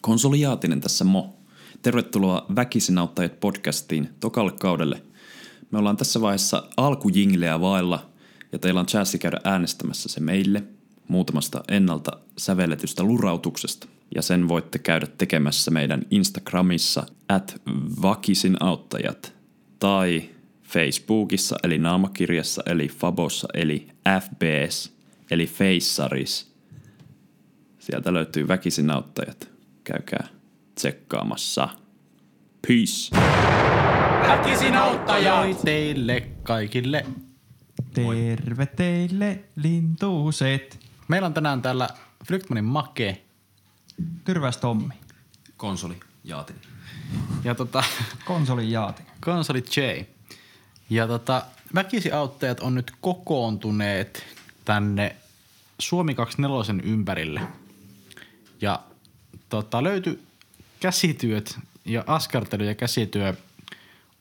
Konsoli Jaatinen tässä mo. Tervetuloa Väkisin auttajat podcastiin tokalle kaudelle. Me ollaan tässä vaiheessa alkujingleä vailla ja teillä on chanssi käydä äänestämässä se meille muutamasta ennalta sävelletystä lurautuksesta. Ja sen voitte käydä tekemässä meidän Instagramissa at vakisinauttajat tai Facebookissa eli naamakirjassa eli Fabossa eli FBS eli Feissaris – Sieltä löytyy väkisin auttajat. Käykää tsekkaamassa. Peace! Väkisin auttajaa! Moi teille kaikille. Terve teille, lintuuset. Meillä on tänään täällä Flygmanin Make Tyrväs Tommi, Konsoli, Jaatinen. ja tota, konsolin jaati. Konsoli J. Ja tota, väkisi auttajat on nyt kokoontuneet tänne Suomi 24 ympärille. Ja tota, löytyi käsityöt ja askartelu ja käsityö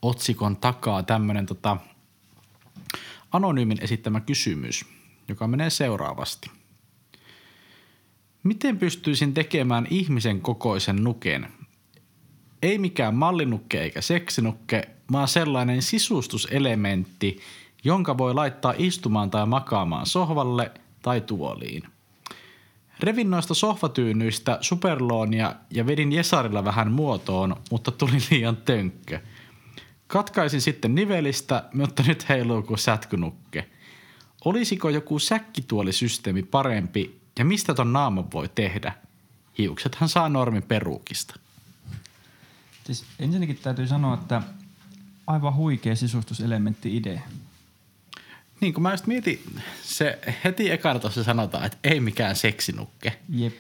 otsikon takaa tämmönen tota, anonyymin esittämä kysymys, joka menee seuraavasti. Miten pystyisin tekemään ihmisen kokoisen nuken? Ei mikään mallinukke eikä seksinukke, vaan sellainen sisustuselementti, jonka voi laittaa istumaan tai makaamaan sohvalle tai tuoliin. Revin noista sohvatyynyistä superloonia ja vedin Jesarilla vähän muotoon, mutta tuli liian tönkkö. Katkaisin sitten nivelistä, mutta nyt heiluu kuin sätkynukke. Olisiko joku säkkituolisysteemi parempi ja mistä ton naaman voi tehdä? Hiuksethan saa normi peruukista. Siis ensinnäkin täytyy sanoa, että aivan huikea sisustuselementti idea. Niin kun mä just mietin, se heti ekana tuossa sanotaan, että ei mikään seksinukke, Jep.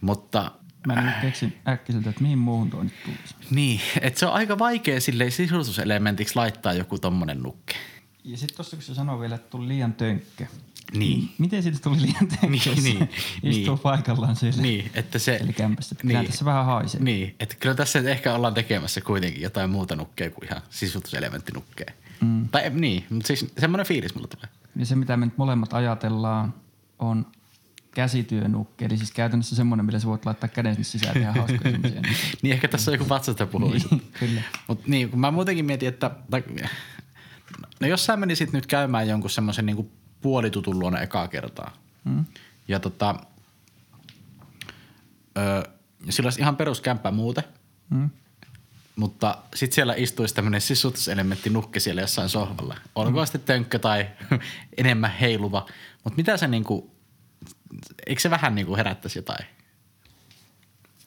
mutta Mä en nyt Äh. keksin äkkiseltä, että mihin muuhun tuo nyt tulisi. niin, että se on aika vaikea silleen sisustuselementiksi laittaa joku tommonen nukke. Ja sitten tuossa kun se sanoi vielä, että tuli liian tönkkö. Niin. Miten siitä tuli liian tönkkö? Niin, niin, Istuu niin. paikallaan siellä. Niin, että se... Eli kämpästä. Niin. Niin, tässä vähän haisee. niin, että kyllä tässä nyt ehkä ollaan tekemässä kuitenkin jotain muuta nukkea kuin ihan sisustuselementtinukkea. Mm. Tai niin, mutta siis semmoinen fiilis mulla tulee. Ja se, mitä me nyt molemmat ajatellaan, on käsityönukke. Eli siis käytännössä semmoinen, millä sä voit laittaa käden sinne sisään ja tehdä hauskoja semmoisia. Niin ehkä tässä on joku vatsasta puhuisi. Niin, kyllä. Mut niin, kun mä muutenkin mietin, että... Tai, no jos sä menisit nyt käymään jonkun semmoisen niinku puolitutun luona ekaa kertaa. Mm. Ja tota... Ö, ja sillä olisi ihan peruskämppä muuten. Mm. Mutta sitten siellä istuisi tämmöinen sisutuselementti nukke siellä jossain sohvalla. Olkoon sitten tönkkö tai enemmän heiluva. Mutta mitä se niinku... Eikö se vähän niinku herättäisi jotain?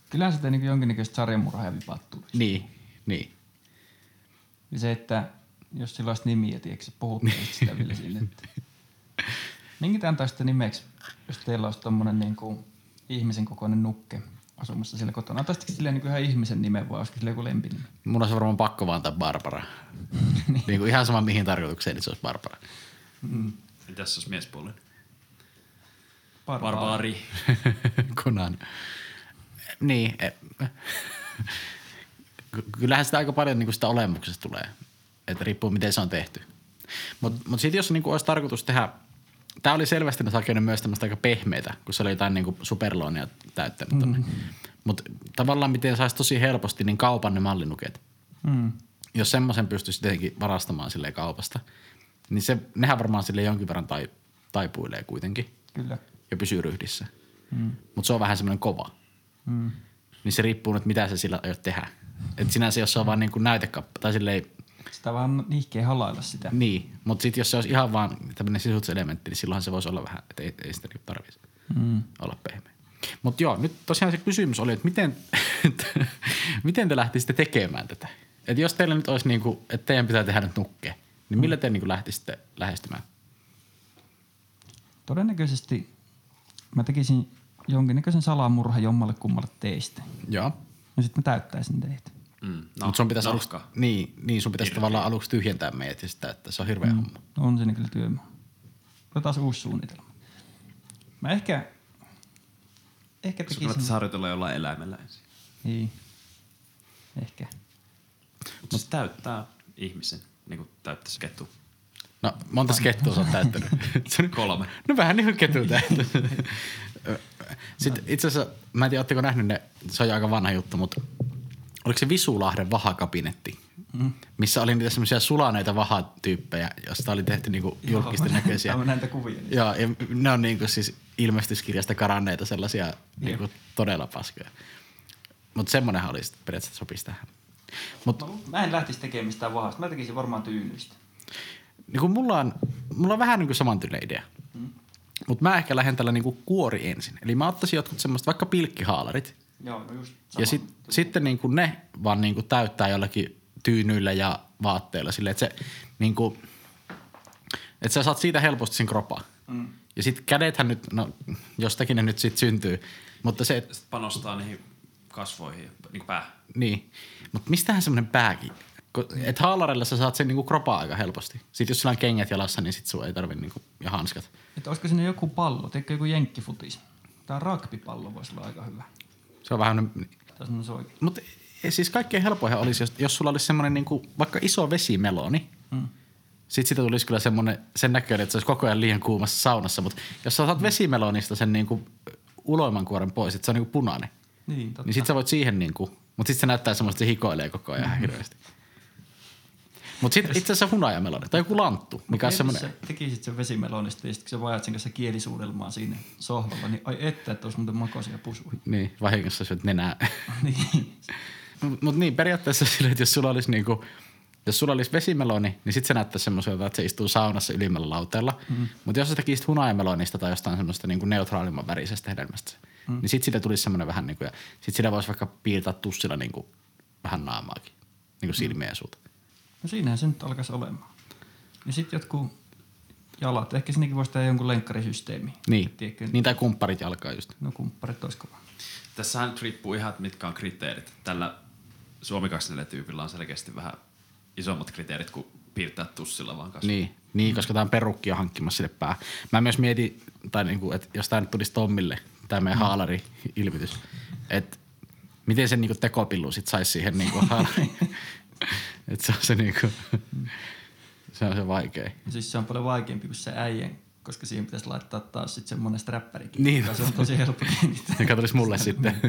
Kyllähän sitä niin jonkinnäköistä sarjamurhaa ja vipat tulisi. Niin, niin. Ja se, että jos sillä olisi nimiä, tiedätkö, puhuttaisiin sitä vielä sille. Että... Minkä te antaisitte nimeksi, jos teillä olisi tommonen niin kuin ihmisen kokoinen nukke asumassa siellä kotona? Antaisitko sille niin ihan ihmisen nimen vai olisiko sille joku lempinimi? Mun olisi varmaan pakko vaan antaa Barbara. niin kuin ihan sama mihin tarkoitukseen, niin se olisi Barbara. Mitäs jos miespuolinen? Barbaari. Barbaari. Konan. Niin. eh, Ky- Kyllähän sitä aika paljon niin kuin sitä olemuksesta tulee. Että riippuu miten se on tehty. Mutta mut sitten jos niin kuin olisi tarkoitus tehdä, tämä oli selvästi ne hakenut myös tämmöistä aika pehmeitä, kun se oli jotain niin kuin superloonia täyttänyt. Mm. Mutta tavallaan miten saisi tosi helposti niin kaupan ne mallinuket. Mm. jos semmoisen pystyisi tietenkin varastamaan sille kaupasta, niin se, nehän varmaan sille jonkin verran tai, taipuilee kuitenkin Kyllä. ja pysyy ryhdissä. Mm. Mutta se on vähän semmoinen kova. Mm. Niin se riippuu nyt, mitä sä sillä aiot tehdä. Et sinänsä, jos se on vaan niin kuin näytekappa, tai silleen, Sitä vähän nihkeä halailla sitä. niin. Mutta sitten jos se olisi ihan vaan tämmöinen sisutuselementti, niin silloin se voisi olla vähän, että ei, ei sitä niinku tarvitsisi mm. olla pehmeä. Mutta joo, nyt tosiaan se kysymys oli, että miten, miten te lähtisitte tekemään tätä? Et jos teillä nyt olisi niinku, että teidän pitää tehdä nyt nukke, niin millä te niinku lähtisitte lähestymään? Todennäköisesti mä tekisin jonkinnäköisen salamurha jommalle kummalle teistä. Joo. Ja sitten mä täyttäisin teitä. Mm, No, Mut sun pitäisi aluksi, nahka. niin, niin, sun pitäisi tavallaan aluksi tyhjentää meidät ja sitä, että se on hirveä mm. homma. On siinä kyllä työmaa. Otetaan se uusi suunnitelma. Mä ehkä, ehkä Sun kannattaisi tekisin... harjoitella jollain eläimellä ensin. Niin. Ehkä. Mutta se täyttää ihmisen, niin kuin täyttäisi ketu. No, monta skettua sä oot täyttänyt? Kolme. no vähän niin kuin ketu täyttänyt. Sitten itse asiassa, mä en tiedä, ootteko nähnyt ne, se on jo aika vanha juttu, mutta oliko se Visulahden vahakabinetti, missä oli niitä semmoisia sulaneita vahatyyppejä, josta oli tehty niinku julkisten näköisiä. Tämä näitä kuvia. niin. Joo, ja ne on niinku siis ilmestyskirjasta karanneita sellaisia niinku todella paskoja. Mutta semmonenhan oli sit periaatteessa sopisi tähän. Mut No, Mä en lähtisi tekemään mistään vahasta. Mä tekisin varmaan tyynistä. niinku mulla, on, mulla on vähän niinku samantyylinen idea. Mutta mä ehkä lähden tällä niinku kuori ensin. Eli mä ottaisin jotkut semmoista vaikka pilkkihaalarit. Joo, no just sama. Ja sit, sitten niin kuin ne vaan niin kuin täyttää jollakin tyynyillä ja vaatteilla silleen, että se niin kuin, että sä saat siitä helposti sen kropan. Mm. Ja sit kädethän nyt, no jostakin ne nyt sit syntyy, mutta se, et- Sitten panostaa niihin kasvoihin, niin päähän. niin, mutta mistähän semmonen pääkin? Että haalarilla sä saat sen niinku kropa aika helposti. Sitten jos sillä on kengät jalassa, niin sit sun ei tarvi niinku, ja hanskat. Että olisiko sinne joku pallo, teikö joku jenkkifutis? Tää rugbypallo voisi olla aika hyvä. Se on vähän, Tässä on se oikein. mutta siis kaikkein helpoinhan olisi, jos, jos sulla olisi semmonen niinku, vaikka iso vesimeloni, Mm. Sitten siitä tulisi kyllä semmoinen, sen näköinen, että se olisi koko ajan liian kuumassa saunassa, mutta jos sä saat Mm. vesimelonista sen niinku uloimankuoren pois, että se on niinku punainen, Niin, totta. niin sit sä voit siihen niinku, mutta sitten se näyttää semmoista, että se hikoilee koko ajan Mm-hmm. ihan hirveästi. Mutta sitten itse asiassa hunajameloni tai joku lanttu, mikä on Mietit, semmoinen, sä tekisit sen vesimelonista ja sitten kun sä vajat sen kanssa kielisuudelmaa siinä sohvalla, niin ai että, että olisi muuten makoisia pusuja. niin vahingossa syöt nenää. niin. Mutta niin, periaatteessa sille, että jos sulla olisi niinku, jos sulla olisi vesimeloni, niin sit se näyttää semmoiselta, että se istuu saunassa ylimmällä lauteella. Mm. Mutta jos sä tekisit hunajamelonista tai jostain semmoista niinku neutraalimman värisestä hedelmästä, mm. niin sit siitä tulisi semmoinen vähän niinku, ja sit sillä voisi vaikka piirtää tussilla niinku vähän naamaakin, niinku silmiä ja suuta. No siinähän se nyt alkaisi olemaan. Ja sitten jotkut jalat. Ehkä sinnekin voisi tehdä jonkun lenkkarisysteemi. Niin, Tiedätkö, niin tai kumpparit jalkaa just. No kumpparit olisi kova. Tässähän nyt riippuu ihan, että mitkä on kriteerit. Tällä Suomi 24 tyypillä on selkeästi vähän isommat kriteerit kuin piirtää tussilla vaan kasvot. Niin, niin koska tämä on perukkia hankkimassa sille pää. Mä myös mietin, tai niinku, että jos tämä nyt tulisi Tommille, tämä meidän haalari ilmitys, että miten sen niinku tekopillu sit saisi siihen niinku haalariin. että se on se niinku, se on se vaikea. Ja siis se on paljon vaikeampi kuin se äijän, koska siihen pitäisi laittaa taas sitten semmoinen strapperikin. Niin. joka Se on tosi helppo kiinnittää. Joka tulisi mulle sitten.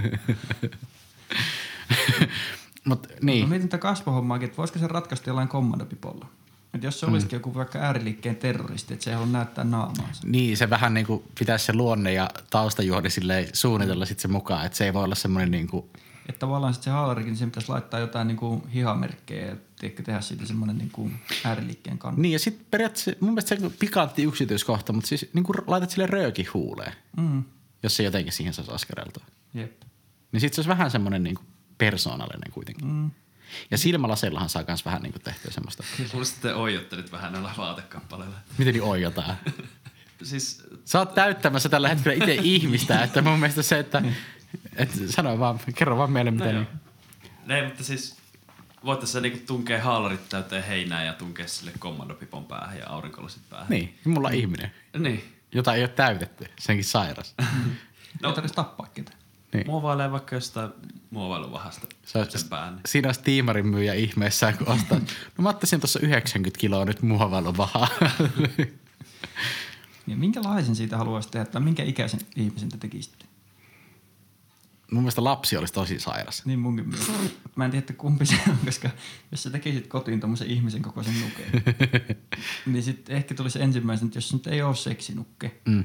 Mut Mä niin, mietin tätä kasvohommaakin, että voisiko se ratkaista jollain kommandopipolla. Että jos se Mm. olisikin joku vaikka ääriliikkeen terroristi, että se ei halua näyttää naamaansa. niin se vähän niinku pitäisi se luonne ja taustajuoni silleen suunnitella sitten se mukaan, että se ei voi olla semmoinen niinku, Että tavallaan sitten se haalarikin, niin sen pitäisi laittaa jotain niinku hihamerkkejä ja tiedätkö, tehdä siitä semmoinen niinku ääriliikkeen kannu. Niin ja sitten periaatteessa mun mielestä se on niinku pikantti yksityiskohta, mutta siis niin kun laitat sille rööki huuleen, Mm, jos se jotenkin siihen saisi askareltua. jep. Niin sitten se olisi vähän semmoinen niin persoonallinen kuitenkin. Mm. Ja silmälasellahan saa myös vähän niin tehtyä semmoista. Mulla sitten oijottelit vähän näillä vaatekappaleilla. Miten niin oijotaan? Siis Sä oot täyttämässä tällä hetkellä itse ihmistä, että mun mielestä se, että, että sano vaan, kerro vaan meille miten. joo. niin. Ei, mutta siis voitte se niinku tunkea haalarit täyteen heinää ja tunkea sille kommandopipon päähän ja aurinkolasit päähän. Niin, mulla on ihminen, Niin. jota ei ole täytetty, senkin sairas. No. Ei tarvitse tappaa ketään. Niin. Muovailee vaikka jostain muovailuvahasta Sä oot- sen niin- päähän. Siinä olisi tiimarin myyjä ihmeessään, kun ostaa. No mä ottaisin tuossa 90 kiloa nyt muovailun vahaa. Ja Niin minkälaisen siitä haluaisit tehdä, tai minkä ikäisen ihmisen te tekisitte? Mun mielestä lapsi olisi tosi sairas. Niin munkin mielestä. Mä en tiedä, että kumpi se on, koska jos sä tekisit kotiin tommosen ihmisen kokoisen nuken, niin sit ehkä tulisi ensimmäisenä, että jos se nyt ei ole seksinukke, mm.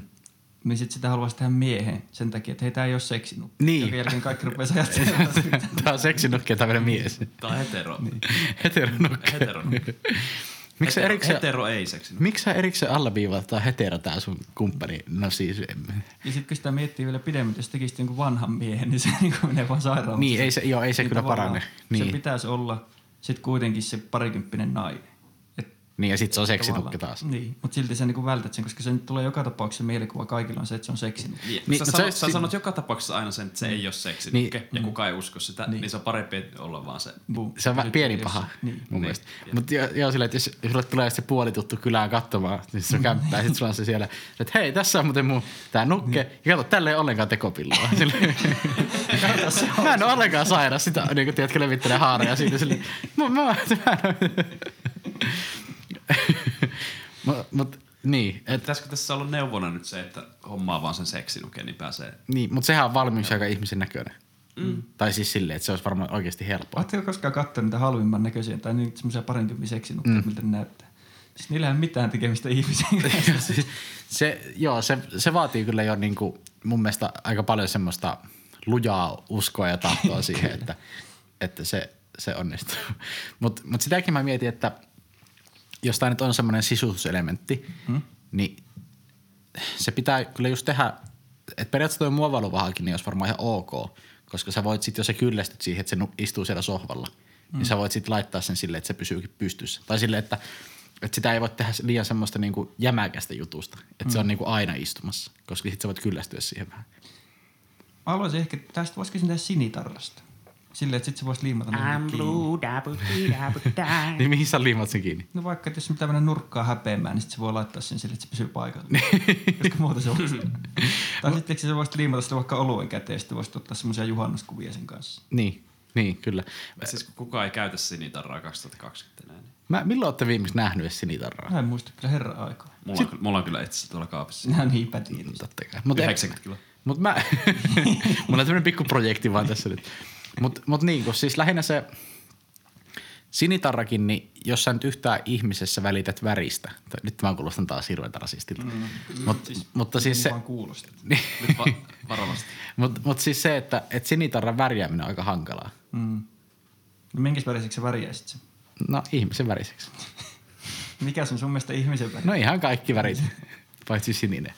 niin sit sitä haluaisi tehdä miehen sen takia, että hei, tää ei ole seksinukke. Niin. Jonka jälkeen kaikki rupeaa ajattelemaan sitä. Tämä on seksinukke tämmöinen mies. Tää on hetero. Niin. Heteronukke. Hetero. Miksi sä Hetero- erikseen, Hetero ei seksi. miksi sä erikseen alleviivaat, että tää on hetero tää sun kumppani? No siis, em- Ja sit kun sitä miettii vielä pidemmän, jos tekisit jonkun vanhan miehen, niin se niin menee vaan sairaalaan. niin ei se, joo, ei se Niin kyllä tavallaan parane. Se Niin. pitäisi olla sit kuitenkin se parikymppinen nainen. Et niin, ja sit se on seksinukke Tavallaan. taas. Niin, mutta silti sä niinku vältät sen, koska se nyt tulee joka tapauksessa mielikuva kaikilla on se, että se on seksinukke. Niin, Niin, sä, mutta sanot, se- sä sanot joka tapauksessa aina sen, että se ei ole seksi Niin. niin. ja kukaan ei usko sitä, niin, niin se on parempi olla vaan se. Boom. Se on vähän pieni Jos- paha Niin. mun mielestä. Mutta joo, joo silleen, että jos sulle tulee se puolituttu kylään katsomaan, niin se on kämppää, sit sulla on se siellä, että hei, tässä on muuten mun tää nukke. Niin. Ja kato, tällä ei ole ollenkaan tekopilloa. Silleen, mä en ole ollenkaan sairas sitä, niin kuin tiedätkö, levittelee haareja siitä. Silleen, mä, mä, mä, en oo- Mut- mut Niin, et, Pitäisikö tässä olla neuvona nyt se, että hommaa vaan sen seksinuke, niin pääsee... niin mutta sehän on valmiiksi aika ihmisen näköinen. Mm. Tai siis silleen, että se olisi varmaan oikeasti helppoa. Oletteko koskaan katsonut niitä halvimman näköisiä tai niitä semmoisia parinkymmenen seksinukkeja, mm. miltä ne näyttää? Siis niillä ei ole mitään tekemistä ihmisen kanssa. Siis se, joo, se, se vaatii kyllä jo niin kuin, mun mielestä aika paljon semmoista lujaa uskoa ja tahtoa siihen, että, että se, se onnistuu. Mutta mut sitäkin mä mietin, että jos tämä nyt on semmoinen sisustuselementti, hmm? niin se pitää kyllä just tehdä, että periaatteessa tuo muovailuvahakin niin olisi varmaan ihan ok, koska sä voit sitten, jos sä kyllästyt siihen, että se nu- istuu siellä sohvalla, mm. niin sä voit sitten laittaa sen silleen, että se pysyykin pystyssä. Tai silleen, että, että sitä ei voi tehdä liian semmoista niinku jämäkästä jutusta, että mm. se on niinku aina istumassa, koska sitten sä voit kyllästyä siihen vähän. Mä haluaisin ehkä, tästä voisiko sen tehdä sinitarrasta? Silleen, että sit sä voisit liimata ne I'm jonnekin kiinni. blue, double, double, double. Niin mihin sä liimat sen kiinni? No vaikka, että jos pitää mennä nurkkaan häpeämään, niin sit se voi laittaa sen sille, että se pysyy paikalla. Koska muuta se voisi. tai sitten se voisi liimata sitä vaikka oluen käteen, ja sitten voisit ottaa semmoisia juhannuskuvia sen kanssa. Niin, niin kyllä. Siis kun kukaan ei käytä sinitarraa 2020 enää, niin... Mä, milloin ootte viimeksi nähnyt edes sinitarraa? Mä en muista kyllä herra aikaa. Mulla on, kyllä- mulla on kyllä itse asiassa tuolla kaapissa. Nämä on niin pätiä. Totta kai. Mut e- en- 90 kiloa. Mut mä, mulla on tämmönen pikku projekti vaan tässä nyt. Mut, mut niin, kun siis lähinnä se sinitarrakin, niin jos sä nyt yhtään ihmisessä välität väristä, tai nyt mä kuulostan taas hirveältä rasistilta, mm, mut, siis, mutta siis se, niin Vaan kuulostaa. Nyt va- varovasti. mut, mut siis se, että et sinitarran värjääminen on aika hankalaa. Mm. No minkäs väriseksi sä värjäisit sen? No ihmisen väriseksi. Mikä on sun mielestä ihmisen väri? No ihan kaikki värit, paitsi sininen.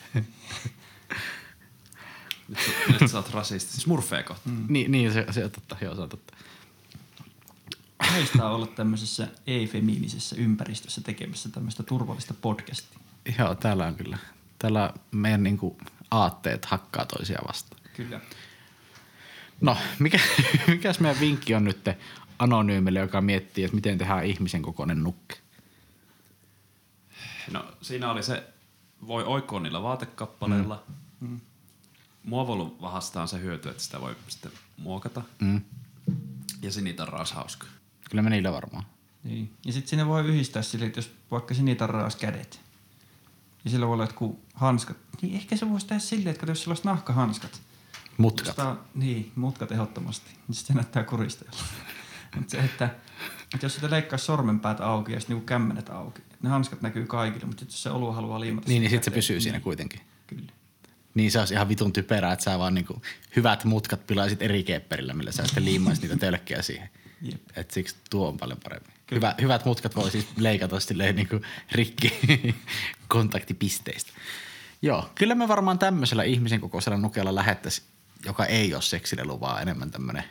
Nyt, sä- nyt sä oot rasisti. Siis murfee kohta. Mm. Ni, niin, se, se on totta, joo se on totta. Haistaa olla tämmöisessä ei-femiinisessä ympäristössä tekemässä tämmöistä turvallista podcastia. Joo, täällä on kyllä. Täällä meidän niinku aatteet hakkaa toisia vastaan. Kyllä. No, mikä, mikäs meidän vinkki on nyt anonyymille, joka miettii, että miten tehdään ihmisen kokoinen nukke? No siinä oli se, voi oikoa niillä vaatekappaleilla. Mm. Muovailuvahasta on se hyöty, että sitä voi sitten muokata. Mm. Ja sinitarra olisi hauska. Kyllä me niillä varmaan. Niin. Ja sitten sinne voi yhdistää sille, että jos vaikka sinitarra olisi kädet. Ja sillä voi olla jotkut hanskat. Niin ehkä se voisi tehdä silleen, että kato, jos sillä olisi nahkahanskat. Mutkat. Sitä, niin, mutkat ehdottomasti. Niin sit se näyttää kuristajalta. Mutta se, että, että jos sitä leikkaa sormenpäät auki ja sitten niinku kämmenet auki. Ne hanskat näkyy kaikille, mutta jos se olua haluaa liimata. Niin, sinne niin sitten se käteen, pysyy siinä kuitenkin. Kyllä. Niin se olisi ihan vitun typerää, että sä vaan niinku hyvät mutkat pilaisit eri kepperillä, millä sä sitten liimaisit niitä tölkkejä siihen. Jep. Et siksi tuo on paljon parempi. Hyvä, hyvät mutkat voi siis leikata silleen niinku rikki kontaktipisteistä. Joo, kyllä me varmaan tämmöisellä ihmisen kokoisella nukella lähettäisiin, joka ei ole seksilelu, vaan enemmän tämmöinen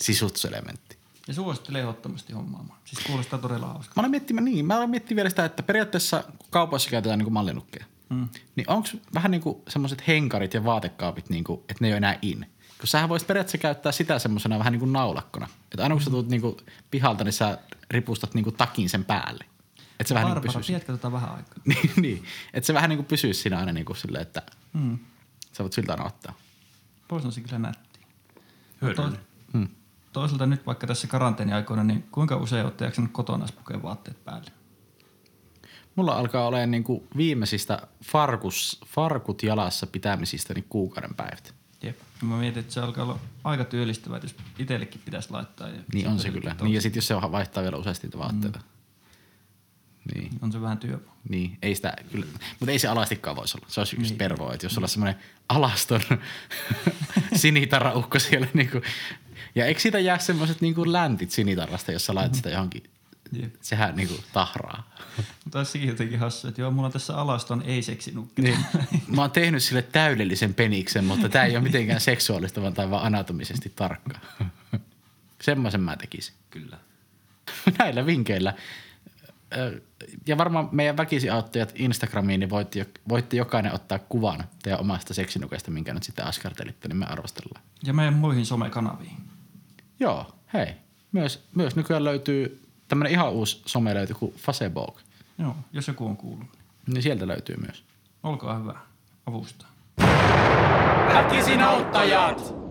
sisutuselementti. Ja suosittelen ehdottomasti hommaamaan. Siis kuulostaa todella hauska. Mä olen miettimään niin, mä olen miettimään vielä sitä, että periaatteessa kun kaupoissa käytetään niinku mallinukkeja, Mm. hmm. niin onko vähän niin kuin semmoiset henkarit ja vaatekaapit, niinku, että ne ei ole enää in? Kun sähän voisit periaatteessa käyttää sitä semmoisena vähän niin kuin naulakkona. Että aina kun Mm. sä tulet niinku pihalta, niin sä ripustat niinku takin sen päälle. Että se vähän niin Barbara, pysyisi. tiedätkö tota vähän aikaa? niin, niin. Että se vähän niin kuin pysyisi siinä aina niin kuin silleen, että Mm. sä voit siltä aina ottaa. Pois on se kyllä nätti. Hyödyllinen. Hmm. Toisaalta nyt vaikka tässä karanteeniaikoina, niin kuinka usein olette jaksanut kotona pukea vaatteet päälle? Mulla alkaa olemaan niin kuin viimeisistä farkus, farkut jalassa pitämisistä niin kuukauden päivät. Jep. Mä mietin, että se alkaa olla aika työllistävää, että jos itsellekin pitäisi laittaa. Ja Niin on se sitten kyllä. toiselle. Niin, ja sitten jos se vaihtaa vielä useasti niitä vaatteita. Mm. Niin, On se vähän työmaa. niin. Ei sitä kyllä, mutta ei se alastikaan voisi olla. Se olisi just pervoa, että jos sulla on semmoinen alaston sinitarraukko siellä. Niin kuin, ja eikö siitä jää semmoiset niin kuin läntit sinitarrasta, jos sä laitat sitä johonkin? Jep. Sehän niin kuin tahraa. Mutta olisi sekin jotenkin hassu, että joo, mulla on tässä alaston ei-seksinukke. Niin. Mä oon tehnyt sille täydellisen peniksen, mutta tää ei ole mitenkään seksuaalista, vaan tää on vaan anatomisesti tarkka. Semmoisen mä tekisin. Kyllä. Näillä vinkeillä. Ö, Ja varmaan meidän väkisiauttajat Instagramiin, niin voitte, jo- voitte jokainen ottaa kuvan teidän omasta seksinukesta, minkä nyt sitten askartelitte, niin me arvostellaan. Ja meidän muihin somekanaviin. Joo, hei. Myös, myös nykyään löytyy tämmönen ihan uusi some löytyy kuin Facebook. Joo, jos joku on kuullut. niin Niin sieltä löytyy myös. Olkaa hyvä. Avustaa. Väkisin auttajat!